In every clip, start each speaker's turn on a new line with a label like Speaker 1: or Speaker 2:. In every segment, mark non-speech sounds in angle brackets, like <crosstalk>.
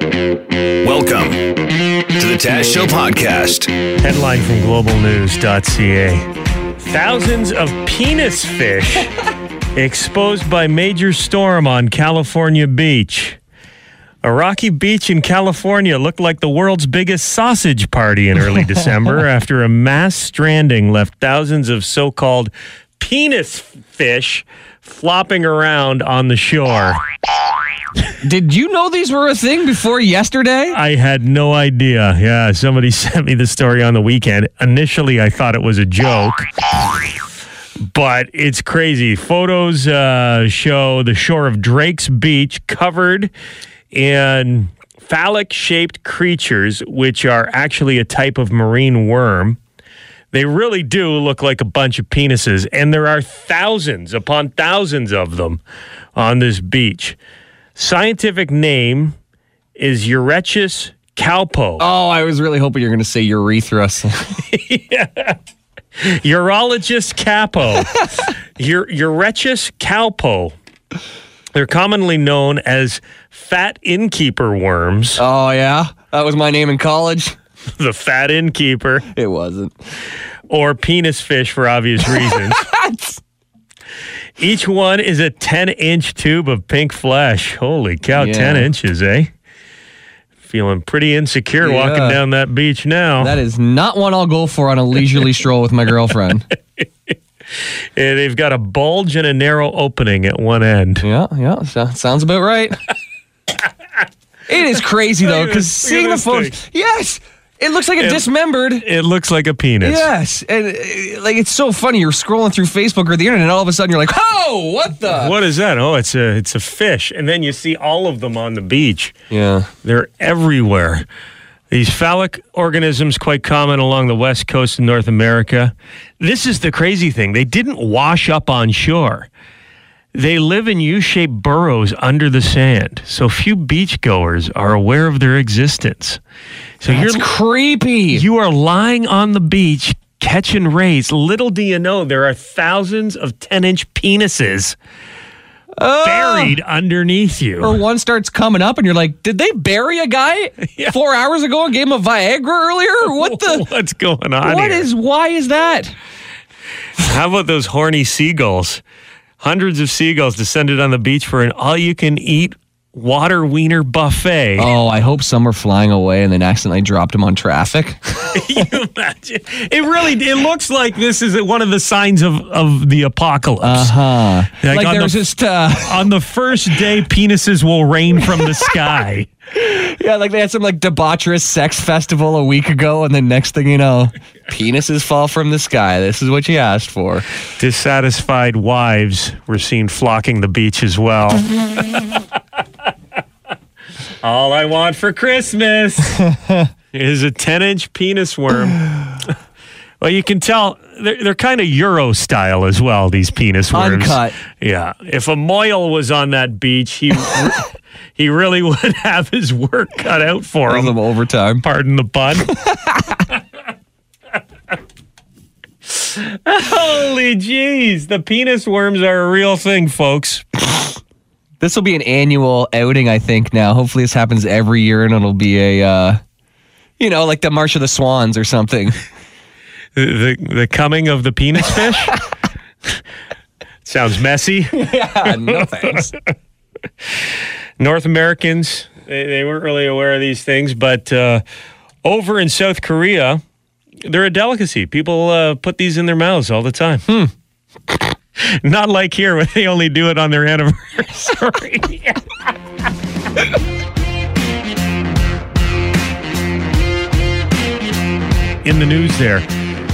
Speaker 1: Welcome to the Tash Show podcast.
Speaker 2: Headline from globalnews.ca Thousands of penis fish exposed by major storm on California beach. A rocky beach in California looked like the world's biggest sausage party in early December after a mass stranding left thousands of so called penis fish flopping around on the shore.
Speaker 3: Did you know these were a thing before yesterday?
Speaker 2: I had no idea. Yeah, somebody <laughs> sent me the story on the weekend. Initially, I thought it was a joke, but it's crazy. Photos uh, show the shore of Drake's Beach covered in phallic shaped creatures, which are actually a type of marine worm. They really do look like a bunch of penises, and there are thousands upon thousands of them on this beach. Scientific name is Urechus calpo.
Speaker 3: Oh, I was really hoping you're going to say urethra. <laughs>
Speaker 2: Urologist
Speaker 3: <laughs>
Speaker 2: capo. Ure- Urechus calpo. They're commonly known as fat innkeeper worms.
Speaker 3: oh yeah, that was my name in college.
Speaker 2: The fat innkeeper.
Speaker 3: It wasn't.
Speaker 2: or penis fish for obvious
Speaker 3: <laughs>
Speaker 2: reasons. Each one is a 10 inch tube of pink flesh. Holy cow,
Speaker 3: Yeah.
Speaker 2: 10 inches, eh? Feeling pretty insecure walking
Speaker 3: Yeah.
Speaker 2: down that beach now.
Speaker 3: That is not one I'll go for on
Speaker 2: <laughs>
Speaker 3: a leisurely stroll with my girlfriend.
Speaker 2: Eh, they've got a bulge and a narrow opening at one end.
Speaker 3: Yeah, yeah, so- sounds about
Speaker 2: <laughs>
Speaker 3: right. it is crazy though,
Speaker 2: Look at
Speaker 3: because
Speaker 2: this- look at
Speaker 3: seeing the
Speaker 2: this
Speaker 3: photos, yes, it looks like a
Speaker 2: It-
Speaker 3: dismembered.
Speaker 2: It looks like a penis.
Speaker 3: Yes, and uh, like it's so funny. You're scrolling through Facebook or the internet, and all of a sudden you're like, "Oh, what the?"
Speaker 2: What is that? Oh, it's a it's a fish. And then you see all of them on the beach.
Speaker 3: Yeah,
Speaker 2: They're everywhere. These phallic organisms quite common along the west coast of North America. This is the crazy thing. They didn't wash up on shore. They live in U-shaped burrows under the sand. So few beachgoers are aware of their existence. So
Speaker 3: it's
Speaker 2: you're
Speaker 3: creepy.
Speaker 2: you are lying on the beach catching rays. Little do you know there are thousands of 10-inch penises buried underneath you.
Speaker 3: Oh. or one starts coming up and you're like, did they bury a guy
Speaker 2: <laughs> Yeah.
Speaker 3: four hours ago and gave him a Viagra earlier? What the?
Speaker 2: <laughs> What's going on?
Speaker 3: What
Speaker 2: here?
Speaker 3: is? Why is that?
Speaker 2: How about those horny seagulls? Hundreds of seagulls descended on the beach for an all-you-can-eat water wiener <laughs> buffet.
Speaker 3: Oh, I hope some are flying away and then accidentally dropped him on traffic.
Speaker 2: Can you imagine? It really it looks like this is one of the signs of, of the apocalypse.
Speaker 3: Huh.
Speaker 2: Like
Speaker 3: Uh-huh. Like,
Speaker 2: on
Speaker 3: there's
Speaker 2: the-
Speaker 3: just uh, <laughs>
Speaker 2: On the first day, penises will rain from the
Speaker 3: <laughs>
Speaker 2: sky.
Speaker 3: yeah, like they had some like debaucherous sex festival a week ago, and then next thing you know, penises fall from the sky. This is what you asked for.
Speaker 2: Dissatisfied wives were seen flocking the beach as well. <laughs> All I want for Christmas <laughs> is a 10 inch penis <laughs> worm. well, you can tell they're, they're kind of Euro style as well, these penis worms.
Speaker 3: Uncut.
Speaker 2: Yeah. If a Moyle was on that beach, he, re- he really would have his work cut out for
Speaker 3: Throw
Speaker 2: him.
Speaker 3: them overtime.
Speaker 2: Pardon the pun. Holy jeez, the penis worms are a real thing, folks.
Speaker 3: This will be an annual outing, I think. Now, hopefully, this happens every year, and it'll be a, uh, you know, like the March of the Swans or something. <laughs>
Speaker 2: The the, the coming of the penis fish. <laughs> Sounds messy.
Speaker 3: yeah, <laughs> no thanks.
Speaker 2: North Americans, they, they weren't really aware of these things, but uh, over in South Korea, they're a delicacy. People uh, put these in their mouths all the time. Hmm. <laughs> Not like here, where they only do it on their anniversary. in the news there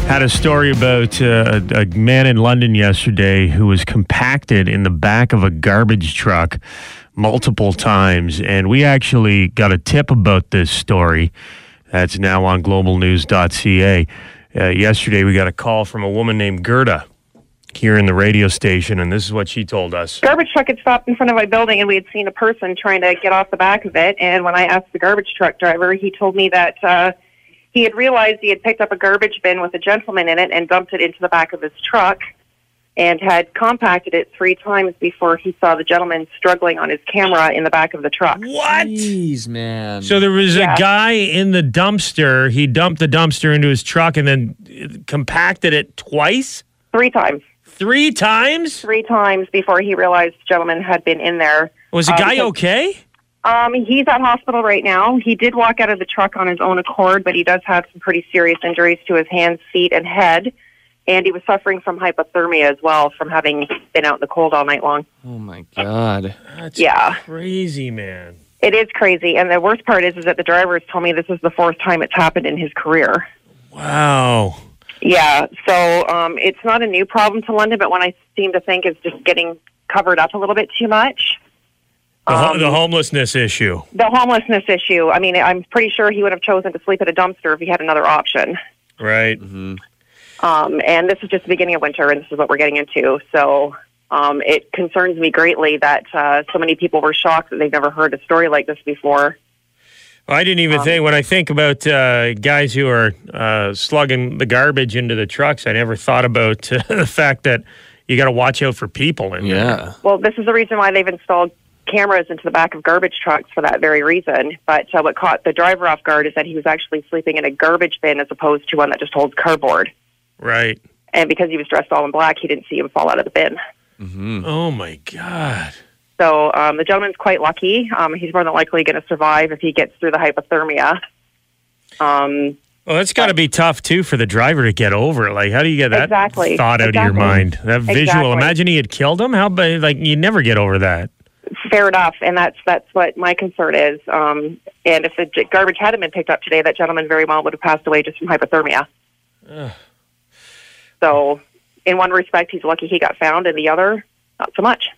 Speaker 2: had a story about uh, a, a man in london yesterday who was compacted in the back of a garbage truck multiple times and we actually got a tip about this story that's now on globalnews.ca uh, yesterday we got a call from a woman named gerda here in the radio station and this is what she told us
Speaker 4: garbage truck had stopped in front of my building and we had seen a person trying to get off the back of it and when i asked the garbage truck driver he told me that uh he had realized he had picked up a garbage bin with a gentleman in it and dumped it into the back of his truck and had compacted it three times before he saw the gentleman struggling on his camera in the back of the truck.
Speaker 2: What?
Speaker 3: Jeez, man.
Speaker 2: So there was
Speaker 4: Yeah.
Speaker 2: a guy in the dumpster. He dumped the dumpster into his truck and then uh, compacted it twice,
Speaker 4: Three times.
Speaker 2: three times.
Speaker 4: Three times before he realized the gentleman had been in there.
Speaker 2: Was the
Speaker 4: Uh,
Speaker 2: guy
Speaker 4: because-
Speaker 2: okay?
Speaker 4: Um, he's at hospital right now. He did walk out of the truck on his own accord, but he does have some pretty serious injuries to his hands, feet, and head. And he was suffering from hypothermia as well from having been out in the cold all night long.
Speaker 3: oh my god.
Speaker 2: That's
Speaker 4: Yeah.
Speaker 2: crazy, man.
Speaker 4: It is crazy. And the worst part is, is that the driver has told me this is the fourth time it's happened in his career.
Speaker 2: Wow.
Speaker 4: Yeah. So um, it's not a new problem to London, but one I seem to think is just getting covered up a little bit too much.
Speaker 2: The, ho-
Speaker 4: Um,
Speaker 2: the homelessness issue.
Speaker 4: The homelessness issue. I mean, I'm pretty sure he would have chosen to sleep at a dumpster if he had another option.
Speaker 2: Right.
Speaker 4: Mm-hmm. Um, and this is just the beginning of winter, and this is what we're getting into. So um, it concerns me greatly that uh, so many people were shocked that they've never heard a story like this before.
Speaker 2: I didn't
Speaker 4: Um,
Speaker 2: even think when I think about uh, guys who are uh, slugging the garbage into the trucks. I never thought about <laughs> uh, the fact that you got to watch out for people. In there.
Speaker 3: Yeah.
Speaker 4: Well, this is the reason why they've installed cameras into the back of garbage trucks for that very reason. But uh, what caught the driver off guard is that he was actually sleeping in a garbage bin as opposed to one that just holds cardboard.
Speaker 2: Right.
Speaker 4: And because he was dressed all in black, he didn't see him fall out of the bin.
Speaker 3: Mm-hmm.
Speaker 2: Oh my God.
Speaker 4: So um, the gentleman's quite lucky. Um, he's more than likely going to survive if he gets through the hypothermia. Um,
Speaker 2: Well, that's got to be tough too for the driver to get over. it. Like, how do you get that
Speaker 4: Exactly.
Speaker 2: thought out of your
Speaker 4: Exactly.
Speaker 2: mind? That visual.
Speaker 4: Exactly.
Speaker 2: Imagine he had killed him. How? ba- Like, you never get over that.
Speaker 4: fair enough, and that's that's what my concern is. Um, and if the j- garbage hadn't been picked up today, that gentleman very well would have passed away just from hypothermia. So, in one respect, he's lucky he got found, and the other, not so much.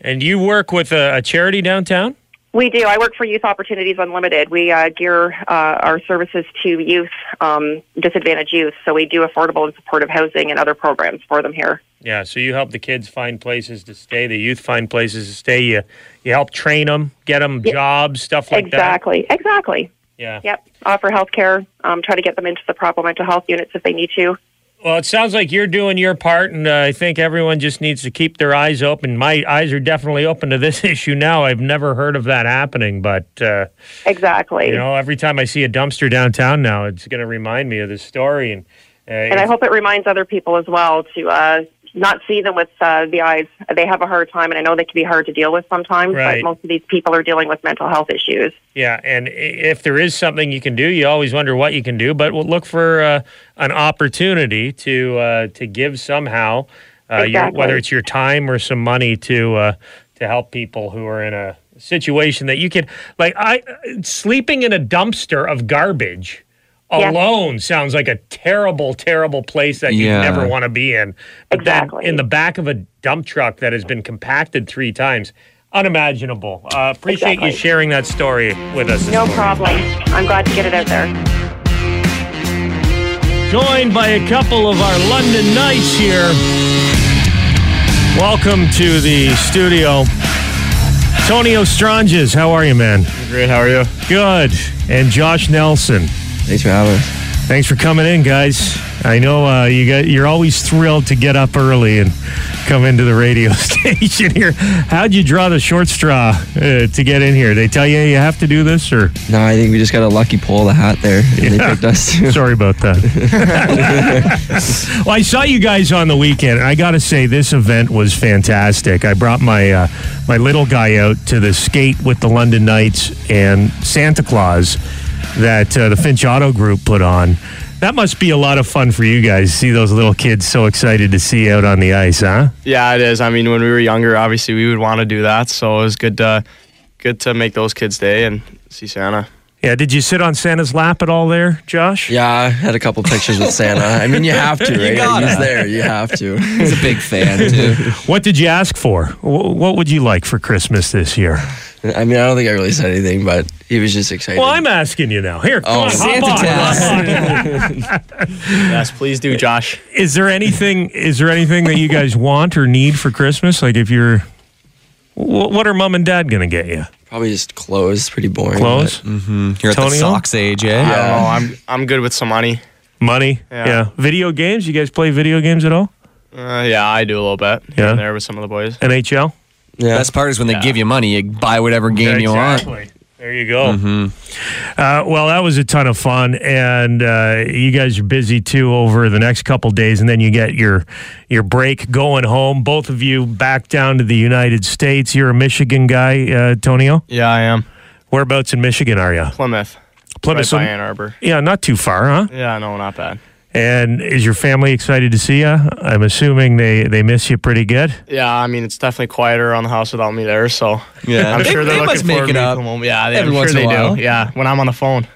Speaker 2: And you work with a, a charity downtown.
Speaker 4: We do. I work for Youth Opportunities Unlimited. We uh, gear uh, our services to youth, um, disadvantaged youth. So we do affordable and supportive housing and other programs for them here.
Speaker 2: Yeah. So you help the kids find places to stay. The youth find places to stay. You you help train them, get them jobs, stuff like
Speaker 4: exactly. Exactly.
Speaker 2: that. Yeah.
Speaker 4: Yep. Offer health care. Um, try to get them into the proper mental health units if they need to.
Speaker 2: Well, it sounds like you're doing your part, and uh, I think everyone just needs to keep their eyes open. My eyes are definitely open to this <laughs> issue now. I've never heard of that happening, but. Uh,
Speaker 4: Exactly.
Speaker 2: You know, every time I see a dumpster downtown now, it's going to remind me of this story. And, uh,
Speaker 4: and I hope it reminds other people as well to uh, not see them with uh, the eyes. They have a hard time, and I know they can be hard to deal with sometimes,
Speaker 2: Right.
Speaker 4: but most of these people are dealing with mental health issues.
Speaker 2: yeah, and i- if there is something you can do, you always wonder what you can do, but we'll look for uh, an opportunity to uh, to give somehow, uh, your,
Speaker 4: Exactly.
Speaker 2: whether it's your time or some money to uh, to help people who are in a situation that you can like. I sleeping in a dumpster of garbage.
Speaker 4: Yeah.
Speaker 2: Alone sounds like a terrible, terrible place that you
Speaker 3: Yeah.
Speaker 2: never want to be in. But
Speaker 4: Exactly.
Speaker 2: then in the back of a dump truck that has been compacted three times, unimaginable. Uh, appreciate
Speaker 4: Exactly.
Speaker 2: you sharing that story with us.
Speaker 4: No problem. I'm glad to get it out there.
Speaker 2: Joined by a couple of our London Knights here. Welcome to the studio. Tony Stranges, how are you, man?
Speaker 5: Great, how are you?
Speaker 2: Good. And Josh Nelson.
Speaker 3: Thanks for having us.
Speaker 2: Thanks for coming in, guys. I know uh, you got, you're always thrilled to get up early and come into the radio <laughs> station here. How'd you draw the short straw uh, to get in here? They tell you you have to do this, or
Speaker 3: No, I think we just got a lucky pull of the hat there. And they picked us too.
Speaker 2: <laughs> sorry about that. well, I saw you guys on the weekend, and I got to say this event was fantastic. I brought my uh, my little guy out to the skate with the London Knights and Santa Claus that uh, the Finch Auto Group put on. That must be a lot of fun for you guys. See those little kids so excited to see you out on the ice, huh?
Speaker 5: Yeah, it is. I mean, when we were younger, obviously we would want to do that, so it was good to good to make those kids day and see Santa.
Speaker 2: Yeah. Did you sit on Santa's lap at all, there, Josh?
Speaker 6: Yeah, I had a couple pictures with Santa. I mean, you have
Speaker 2: <laughs>
Speaker 6: to, right? He's there. You have to.
Speaker 3: He's a big fan too.
Speaker 2: What did you ask for? Wh- What would you like for Christmas this year?
Speaker 6: I mean, I don't think I really said anything, but he was just excited.
Speaker 2: Well, I'm asking you now. Here, come
Speaker 6: Oh.
Speaker 2: on,
Speaker 3: Santa
Speaker 2: hop on,
Speaker 3: Claus.
Speaker 2: hop <laughs> on.
Speaker 5: Yes, please do, Josh.
Speaker 2: Is there anything? Is there anything that you guys want or need for Christmas? Like, if you're, wh- what are mom and dad gonna get you?
Speaker 6: Probably just clothes. Pretty boring.
Speaker 2: Clothes,
Speaker 3: Mm-hmm. You're at
Speaker 2: Tonio?
Speaker 3: the socks age, eh?
Speaker 5: I don't know. I'm I'm good with some money.
Speaker 2: money, yeah.
Speaker 5: Yeah.
Speaker 2: Video games. You guys play video games at all?
Speaker 5: Uh, yeah, I do a little bit.
Speaker 2: Yeah.
Speaker 5: Yeah, there with some of the boys.
Speaker 2: NHL?
Speaker 6: Yeah.
Speaker 3: Best part is when they give you money, you buy whatever game you want. Mm-hmm.
Speaker 2: There you go. Uh, well, that was a ton of fun, and uh, you guys are busy too over the next couple days, and then you get your your break going home. Both of you back down to the United States. You're a Michigan guy, uh, Antonio.
Speaker 5: Yeah, I am.
Speaker 2: Whereabouts in Michigan are you?
Speaker 5: Plymouth.
Speaker 2: Plymouth. so-
Speaker 5: Right by Ann Arbor.
Speaker 2: yeah, not too far, huh?
Speaker 5: Yeah, no, not bad.
Speaker 2: And is your family excited to see you? I'm assuming they they miss you pretty good.
Speaker 5: Yeah, I mean it's definitely quieter around the house without me there, so
Speaker 6: Yeah.
Speaker 5: I'm
Speaker 3: They-
Speaker 5: sure
Speaker 3: they
Speaker 5: they're looking
Speaker 3: must
Speaker 5: forward
Speaker 3: make
Speaker 5: to
Speaker 3: it
Speaker 5: me
Speaker 3: up
Speaker 5: coming home. Yeah, they,
Speaker 3: every
Speaker 5: I'm
Speaker 3: once
Speaker 5: sure
Speaker 3: in a
Speaker 5: they
Speaker 3: while.
Speaker 5: do. Yeah, when I'm on the phone.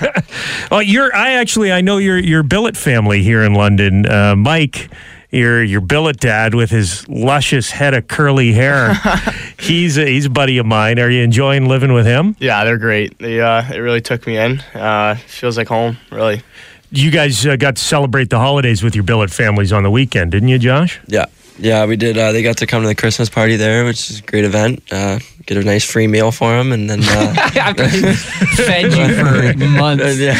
Speaker 2: Well, Oh, you're. I actually I know your your billet family here in London, uh, Mike. Your your billet dad with his luscious head of curly <laughs> hair. he's a, he's a buddy of mine. Are you enjoying living with him?
Speaker 5: Yeah, they're great. They uh, it really took me in. Uh, feels like home, really.
Speaker 2: You guys uh, got to celebrate the holidays with your billet families on the weekend, didn't you, Josh?
Speaker 6: Yeah. Yeah, we did. Uh, they got to come to the Christmas party there, which is a great event. Uh, get a nice free meal for them, and then
Speaker 2: <laughs>
Speaker 6: uh,
Speaker 3: <laughs> Fed you for months.
Speaker 6: <laughs> yeah,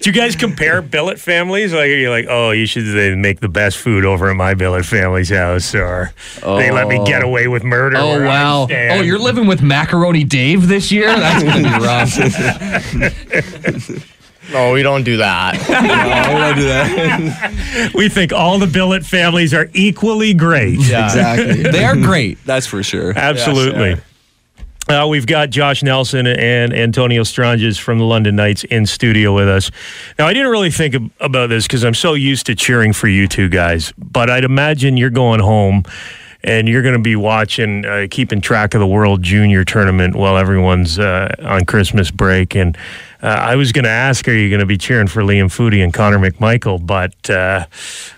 Speaker 2: Do you guys compare billet families? Like, are you like, oh, you should they make the best food over at my billet family's house, or they let me get away with murder?
Speaker 3: <laughs> Oh
Speaker 2: where I
Speaker 3: wow!
Speaker 2: stand?
Speaker 3: Oh, you're living with Macaroni Dave this year. That's gonna be rough.
Speaker 5: No, we don't
Speaker 3: <laughs>
Speaker 5: do that.
Speaker 2: we think all the billet families are equally great.
Speaker 5: Yeah.
Speaker 6: exactly.
Speaker 3: they are great.
Speaker 6: That's for sure.
Speaker 2: Absolutely.
Speaker 5: Yes,
Speaker 2: uh, we've got Josh Nelson and Antonio Stranges from the London Knights in studio with us. Now, I didn't really think ab- about this because I'm so used to cheering for you two guys, but I'd imagine you're going home and you're going to be watching, uh, keeping track of the World Junior Tournament while everyone's uh, on Christmas break. And uh, I was going to ask, are you going to be cheering for Liam Foodie and Connor McMichael? But uh,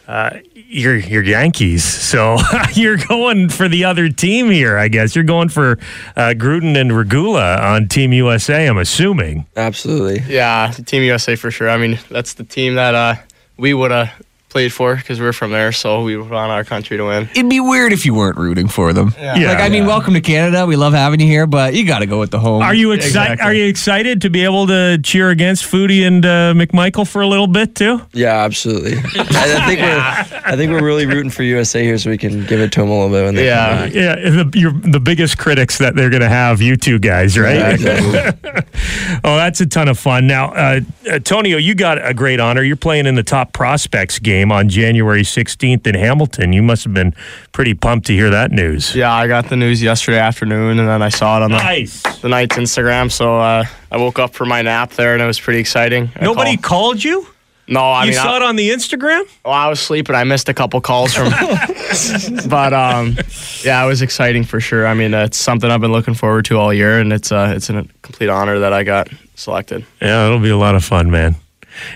Speaker 2: uh, you're you're Yankees, so <laughs> you're going for the other team here. I guess you're going for uh, Gruden and Regula on Team USA. I'm assuming.
Speaker 6: Absolutely.
Speaker 5: Yeah, Team USA for sure. I mean, that's the team that uh, we would have played for because we're from there, so we want our country to win.
Speaker 3: It'd be weird if you weren't rooting for them.
Speaker 2: Yeah.
Speaker 3: Like, I mean, welcome to Canada. We love having you here, but you got to go with the home.
Speaker 2: Are you excited? Are you excited to be able to cheer against Foodie and uh, McMichael for a little bit too?
Speaker 6: Yeah, absolutely. I, I
Speaker 2: <laughs>
Speaker 6: think we're I think we're really rooting for USA here, so we can give it to them a little bit when they
Speaker 5: Yeah.
Speaker 6: come back.
Speaker 2: Yeah, the, you're the biggest critics that they're going to have, you two guys, right?
Speaker 6: Yeah, exactly.
Speaker 2: <laughs> Oh, that's a ton of fun. Now, uh, Antonio, you got a great honor. You're playing in the top prospects game on January 16th in Hamilton. You must have been pretty pumped to hear that news.
Speaker 5: Yeah, I got the news yesterday afternoon, and then I saw it on the,
Speaker 2: Nice.
Speaker 5: the night's Instagram. So uh, I woke up from my nap there, and it was pretty exciting. I
Speaker 2: Nobody
Speaker 5: call-
Speaker 2: called you?
Speaker 5: No, I
Speaker 2: you
Speaker 5: mean,
Speaker 2: saw
Speaker 5: I,
Speaker 2: it on the Instagram?
Speaker 5: well, I was sleeping. I missed a couple calls
Speaker 2: <laughs>
Speaker 5: from, but um, yeah, it was exciting for sure. I mean, it's something I've been looking forward to all year, and it's uh, it's a complete honor that I got selected.
Speaker 2: Yeah, it'll be a lot of fun, man.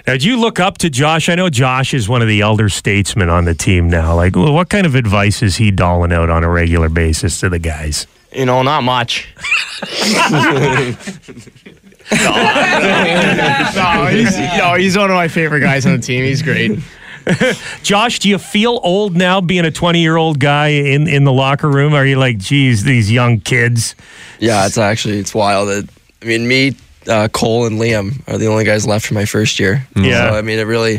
Speaker 2: Now, do you look up to Josh? I know Josh is one of the elder statesmen on the team now. Like, well, what kind of advice is he doling out on a regular basis to the guys?
Speaker 5: You know, not much. <laughs> no, he's, no, he's one of my favorite guys on the team. He's great.
Speaker 2: Josh, do you feel old now being a 20 year old guy in, in the locker room? Are you like, geez, these young <laughs> kids?
Speaker 6: yeah, it's actually it's wild. It, I mean, me, uh, Cole, and Liam are the only guys left from my first year.
Speaker 5: Mm.
Speaker 2: Yeah.
Speaker 6: So I mean, it really,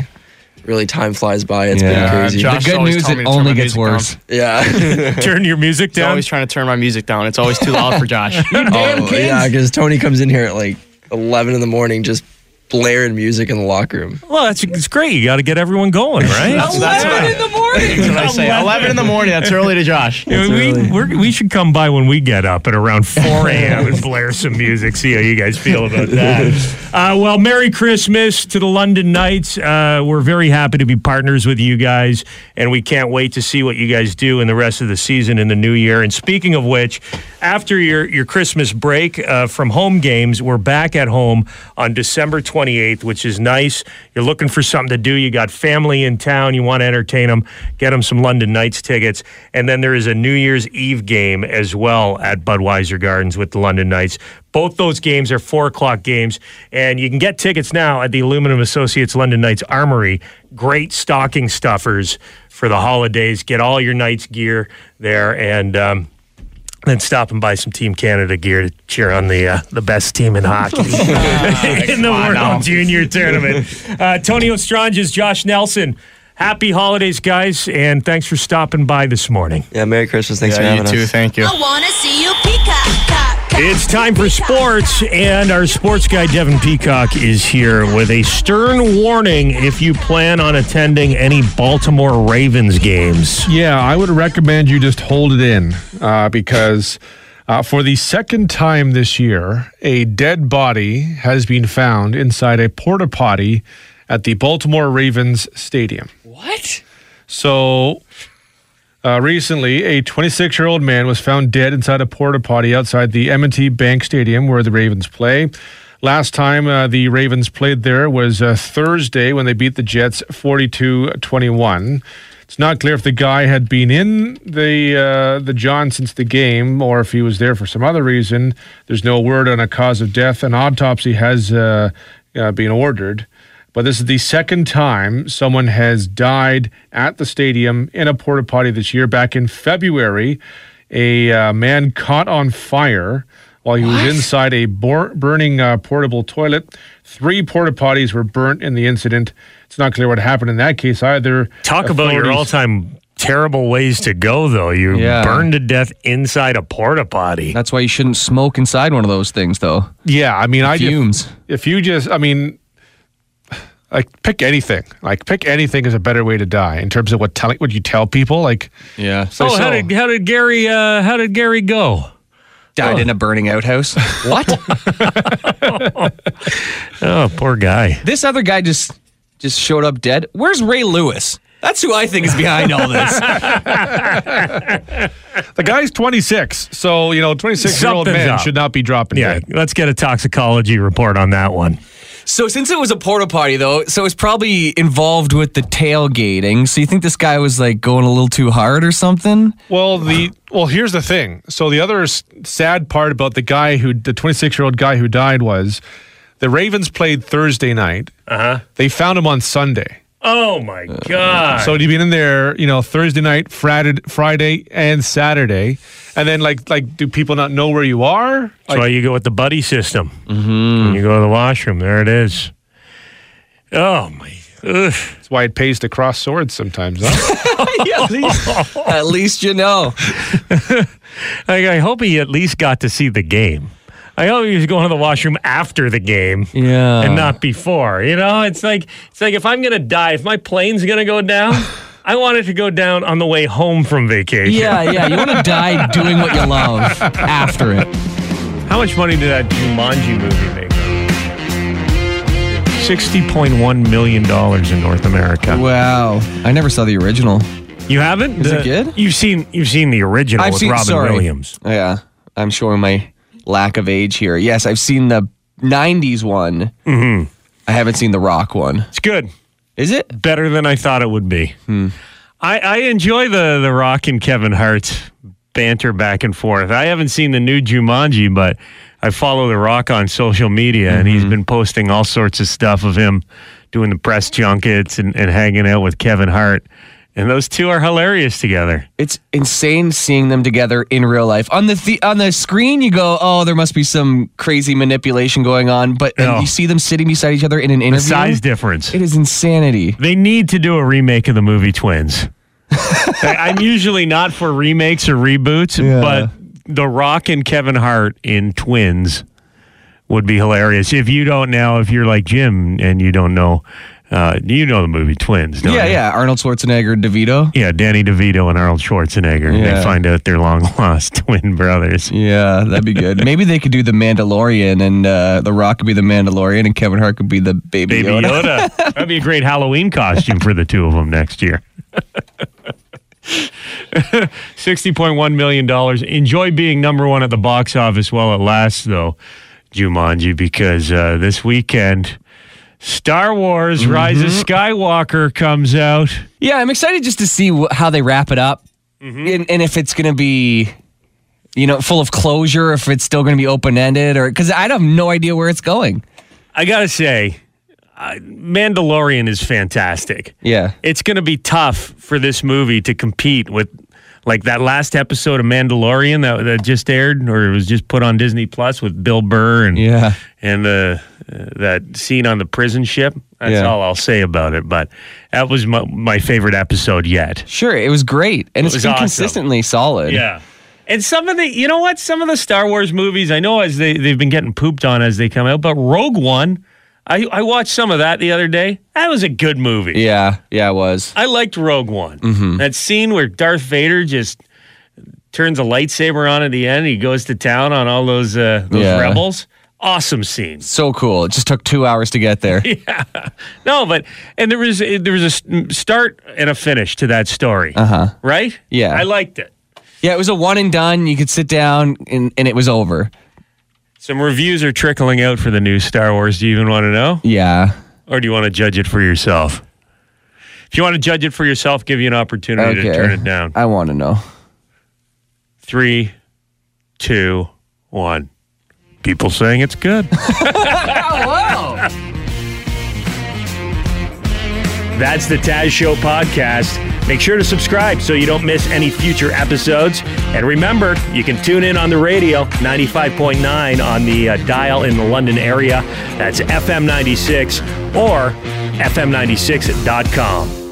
Speaker 6: really time flies by. It's
Speaker 3: Yeah.
Speaker 6: been crazy.
Speaker 5: Josh-
Speaker 3: The good
Speaker 5: always
Speaker 3: news,
Speaker 5: told me
Speaker 3: it
Speaker 5: to turn
Speaker 3: only
Speaker 5: my
Speaker 3: gets
Speaker 5: music
Speaker 3: worse.
Speaker 5: down.
Speaker 6: <laughs>
Speaker 5: <laughs>
Speaker 6: yeah.
Speaker 2: Turn your music
Speaker 5: He's
Speaker 2: down?
Speaker 5: always trying to turn my music down. It's always too loud for <laughs> Josh.
Speaker 6: <laughs> oh, yeah, because Tony comes in here at like 11 in the morning, just blaring music in the locker room.
Speaker 2: Well, that's it's great. You got to get everyone <laughs> going, right?
Speaker 5: That's what I-
Speaker 3: in the morning.
Speaker 5: that's what I say. 11 in the morning. That's early to
Speaker 2: <laughs>
Speaker 5: Josh.
Speaker 2: Yeah, we, we're, we should come by when we get up at around 4 a.m. and blare some music, see how you guys feel about that. Uh, well, Merry Christmas to the London Knights. Uh, we're very happy to be partners with you guys, and we can't wait to see what you guys do in the rest of the season in the new year. And speaking of which, after your, your Christmas break uh, from home games, we're back at home on December 28th, which is nice. You're looking for something to do. You got family in town. You want to entertain them. Get them some London Knights tickets. And then there is a New Year's Eve game as well at Budweiser Gardens with the London Knights. Both those games are four o'clock games, and you can get tickets now at the Aluminum Associates London Knights Armory. Great stocking stuffers for the holidays. Get all your Knights gear there, and um, then stop and buy some Team Canada gear to cheer on the uh, the best team in <laughs> hockey <laughs> in the World Junior Tournament. Uh, Tony Stranges, Josh Nelson. Happy holidays, guys, and thanks for stopping by this morning.
Speaker 6: Yeah, Merry Christmas. Thanks for
Speaker 5: yeah, you
Speaker 6: having
Speaker 5: too.
Speaker 6: us.
Speaker 5: Thank you.
Speaker 7: I wanna see you peacock. cock, cock.
Speaker 2: It's time for sports, and our sports guy, Devin Peacock, is here with a stern warning if you plan on attending any Baltimore Ravens games.
Speaker 8: Yeah, I would recommend you just hold it in uh, because uh, for the second time this year, a dead body has been found inside a porta potty at the Baltimore Ravens Stadium. What? So. Uh, recently, a 26-year-old man was found dead inside a porta potty outside the M&T Bank Stadium where the Ravens play. Last time uh, the Ravens played there was uh, Thursday when they beat the Jets 42-21. It's not clear if the guy had been in the uh, the John since the game or if he was there for some other reason. There's no word on a cause of death. An autopsy has uh, uh, been ordered. But this is the second time someone has died at the stadium in a porta potty this year. Back in February, a uh, man caught on fire while he was inside a bor- burning uh, portable toilet. Three porta potties were burnt in the incident. It's not clear what happened in that case either.
Speaker 2: Talk about your
Speaker 8: Authorities-
Speaker 2: all time terrible ways to go, though. You
Speaker 3: Yeah.
Speaker 2: burned to death inside a porta potty.
Speaker 3: That's why you shouldn't smoke inside one of those things, though.
Speaker 8: Yeah, I mean, I just-
Speaker 3: Fumes.
Speaker 8: if you just i mean like pick anything like pick anything is a better way to die in terms of what telling what you tell people like
Speaker 3: Yeah.
Speaker 2: Oh, how did how did Gary uh, how did Gary go?
Speaker 3: died in a burning outhouse. <laughs> what?
Speaker 2: Oh, poor guy.
Speaker 3: This other guy just just showed up dead. Where's Ray Lewis? That's who I think is behind all <laughs> this.
Speaker 8: the guy's 26 so you know 26 year old
Speaker 2: Something's
Speaker 8: men
Speaker 2: up.
Speaker 8: should not be dropping
Speaker 2: Yeah,
Speaker 8: dead
Speaker 2: let's get a toxicology report on that one.
Speaker 3: so since it was a porta potty though, so it's probably involved with the tailgating. So you think this guy was like going a little too hard or <laughs> something?
Speaker 8: well the well here's the thing so the other s- sad part about the guy who the 26 year old guy who died was the ravens played thursday night uh-huh they found him on sunday
Speaker 2: Oh my god.
Speaker 8: So he'd been in there, you know, Thursday night, Friday, Friday, and Saturday, and then like like do people not know where you are?
Speaker 2: That's why you go with the buddy system. When you go to the washroom, there it is. Oh my. Ugh.
Speaker 8: That's why it pays to cross swords sometimes. Huh?
Speaker 3: at, least, <laughs> at least you know.
Speaker 2: Like, I hope he at least got to see the game. I hope he was going to the washroom after the game.
Speaker 3: Yeah.
Speaker 2: and not before. You know, it's like it's like if I'm gonna die, if my plane's gonna go down, I want it to go down on the way home from vacation.
Speaker 3: Yeah, yeah. You want to die doing what you love after it.
Speaker 2: How much money did that Jumanji movie make? Sixty point one million dollars in North America.
Speaker 3: Wow. I never saw the original.
Speaker 2: You haven't?
Speaker 3: Is
Speaker 2: The-
Speaker 3: it good?
Speaker 2: You've seen you've seen the original
Speaker 3: I've
Speaker 2: with
Speaker 3: seen
Speaker 2: Robin
Speaker 3: sorry.
Speaker 2: Williams.
Speaker 3: Yeah. I'm showing my lack of age here. Yes, I've seen the 90s one. Mm-hmm. I haven't seen the rock one.
Speaker 2: It's good.
Speaker 3: Is it?
Speaker 2: Better than I thought it would be. I, I enjoy the the Rock and Kevin Hart banter back and forth. I haven't seen the new Jumanji, but I follow the Rock on social media, and he's been posting all sorts of stuff of him doing the press junkets and, and hanging out with Kevin Hart. And those two are hilarious together.
Speaker 3: It's insane seeing them together in real life. On the, the on the screen, you go, "Oh, there must be some crazy manipulation going on," but and
Speaker 2: No.
Speaker 3: you see them sitting beside each other in an interview.
Speaker 2: The size difference.
Speaker 3: It is insanity.
Speaker 2: They need to do a remake of the movie
Speaker 3: <laughs>
Speaker 2: Twins. I- I'm usually not for remakes or reboots, but The Rock and Kevin Hart in Twins would be hilarious. If you don't know, if you're like Jim and you don't know, uh, you know the movie Twins, don't
Speaker 3: Oh, Yeah,
Speaker 2: you?
Speaker 3: yeah. Arnold Schwarzenegger, DeVito.
Speaker 2: Yeah, Danny DeVito and Arnold Schwarzenegger.
Speaker 3: Yeah.
Speaker 2: They find out they're long lost <laughs> twin brothers.
Speaker 3: Yeah, that'd be good. <laughs> Maybe they could do the Mandalorian, and uh, the Rock could be the Mandalorian, and Kevin Hart could be the baby,
Speaker 2: Baby
Speaker 3: Yoda.
Speaker 2: Yoda. <laughs> That'd be a great Halloween costume for the two of them next <laughs> year. $60.1 million. Enjoy being number one at the box office while it lasts, though, Jumanji, because uh, this weekend, Star Wars Rise of Skywalker comes out.
Speaker 3: Yeah, I'm excited just to see wh- how they wrap it up,
Speaker 2: Mm-hmm.
Speaker 3: and, and if it's gonna be, you know, full of closure, if it's still gonna be open ended, or because I have no idea where it's going.
Speaker 2: I got to say, uh, Mandalorian is fantastic.
Speaker 3: Yeah.
Speaker 2: it's going to be tough for this movie to compete with like that last episode of Mandalorian that, that just aired or was just put on Disney Plus with Bill Burr and
Speaker 3: Yeah.
Speaker 2: and the uh, that scene on the prison ship. That's
Speaker 3: Yeah.
Speaker 2: all I'll say about it. But that was my, my favorite episode yet.
Speaker 3: Sure, it was great, and it's
Speaker 2: was
Speaker 3: been
Speaker 2: awesome.
Speaker 3: consistently solid.
Speaker 2: Yeah. And some of the, you know what? Some of the Star Wars movies, I know as they, they've been getting pooped on as they come out, but Rogue One, I, I watched some of that the other day. That was a good movie.
Speaker 3: yeah, yeah, it was.
Speaker 2: I liked Rogue One.
Speaker 3: Mm-hmm.
Speaker 2: That scene where Darth Vader just turns a lightsaber on at the end. He goes to town on all those, uh, those
Speaker 3: Yeah.
Speaker 2: rebels. Awesome scene.
Speaker 3: So cool. It just took two hours to
Speaker 2: <laughs>
Speaker 3: get there.
Speaker 2: No, but and there was there was a s- start and a finish to that story. Uh huh. Right?
Speaker 3: Uh-huh. Yeah.
Speaker 2: I liked it.
Speaker 3: Yeah, it was a one and done. You could sit down and, and it was over.
Speaker 2: Some reviews are trickling out for the new Star Wars. Do you even want to know,
Speaker 3: Yeah.
Speaker 2: or do you want to judge it for yourself? If you want to judge it for yourself, give you an opportunity
Speaker 3: Okay.
Speaker 2: to turn it down.
Speaker 3: I want to know.
Speaker 2: Three, two, one. People saying it's good. That's the Taz Show podcast. Make sure to subscribe so you don't miss any future episodes. And remember, you can tune in on the radio, 95.9 on the uh, dial in the London area. That's FM 96 or FM96.com.